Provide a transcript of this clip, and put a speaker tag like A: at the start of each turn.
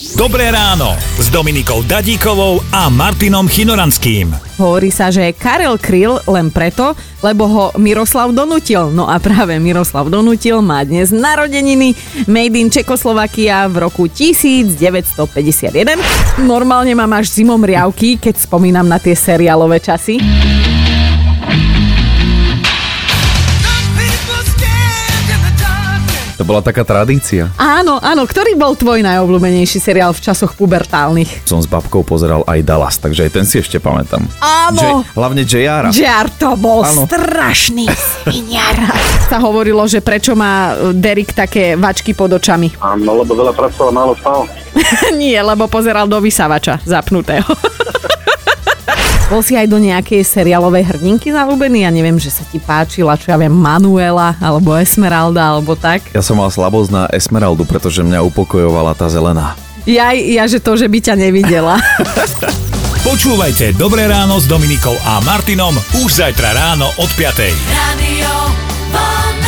A: Dobré ráno s Dominikou Dadíkovou a Martinom Chinoranským.
B: Hovorí sa, že Karel Kryl len preto, lebo ho Miroslav donutil. No a práve Miroslav donutil má dnes narodeniny Made in Čekoslovakia v roku 1951. Normálne mám až zimom riavky, keď spomínam na tie seriálové časy.
C: To bola taká tradícia.
B: Áno, áno, ktorý bol tvoj najobľúbenejší seriál v časoch pubertálnych?
C: Som s babkou pozeral aj Dallas, takže aj ten si ešte pamätám.
B: Áno.
C: J- hlavne JR.
B: Jar to bol
C: Áno.
B: strašný sviniar. Sa hovorilo, že prečo má eh, Derek také vačky pod očami.
D: Áno, lebo veľa pracoval, málo spal.
B: Nie, lebo pozeral do vysavača zapnutého. Bol si aj do nejakej seriálovej hrdinky zalúbený? Ja neviem, že sa ti páčila, čo ja viem, Manuela, alebo Esmeralda, alebo tak.
C: Ja som mal slabosť na Esmeraldu, pretože mňa upokojovala tá zelená.
B: Jaj, ja, že to, že by ťa nevidela.
A: Počúvajte Dobré ráno s Dominikou a Martinom už zajtra ráno od 5.
E: Radio Vlna.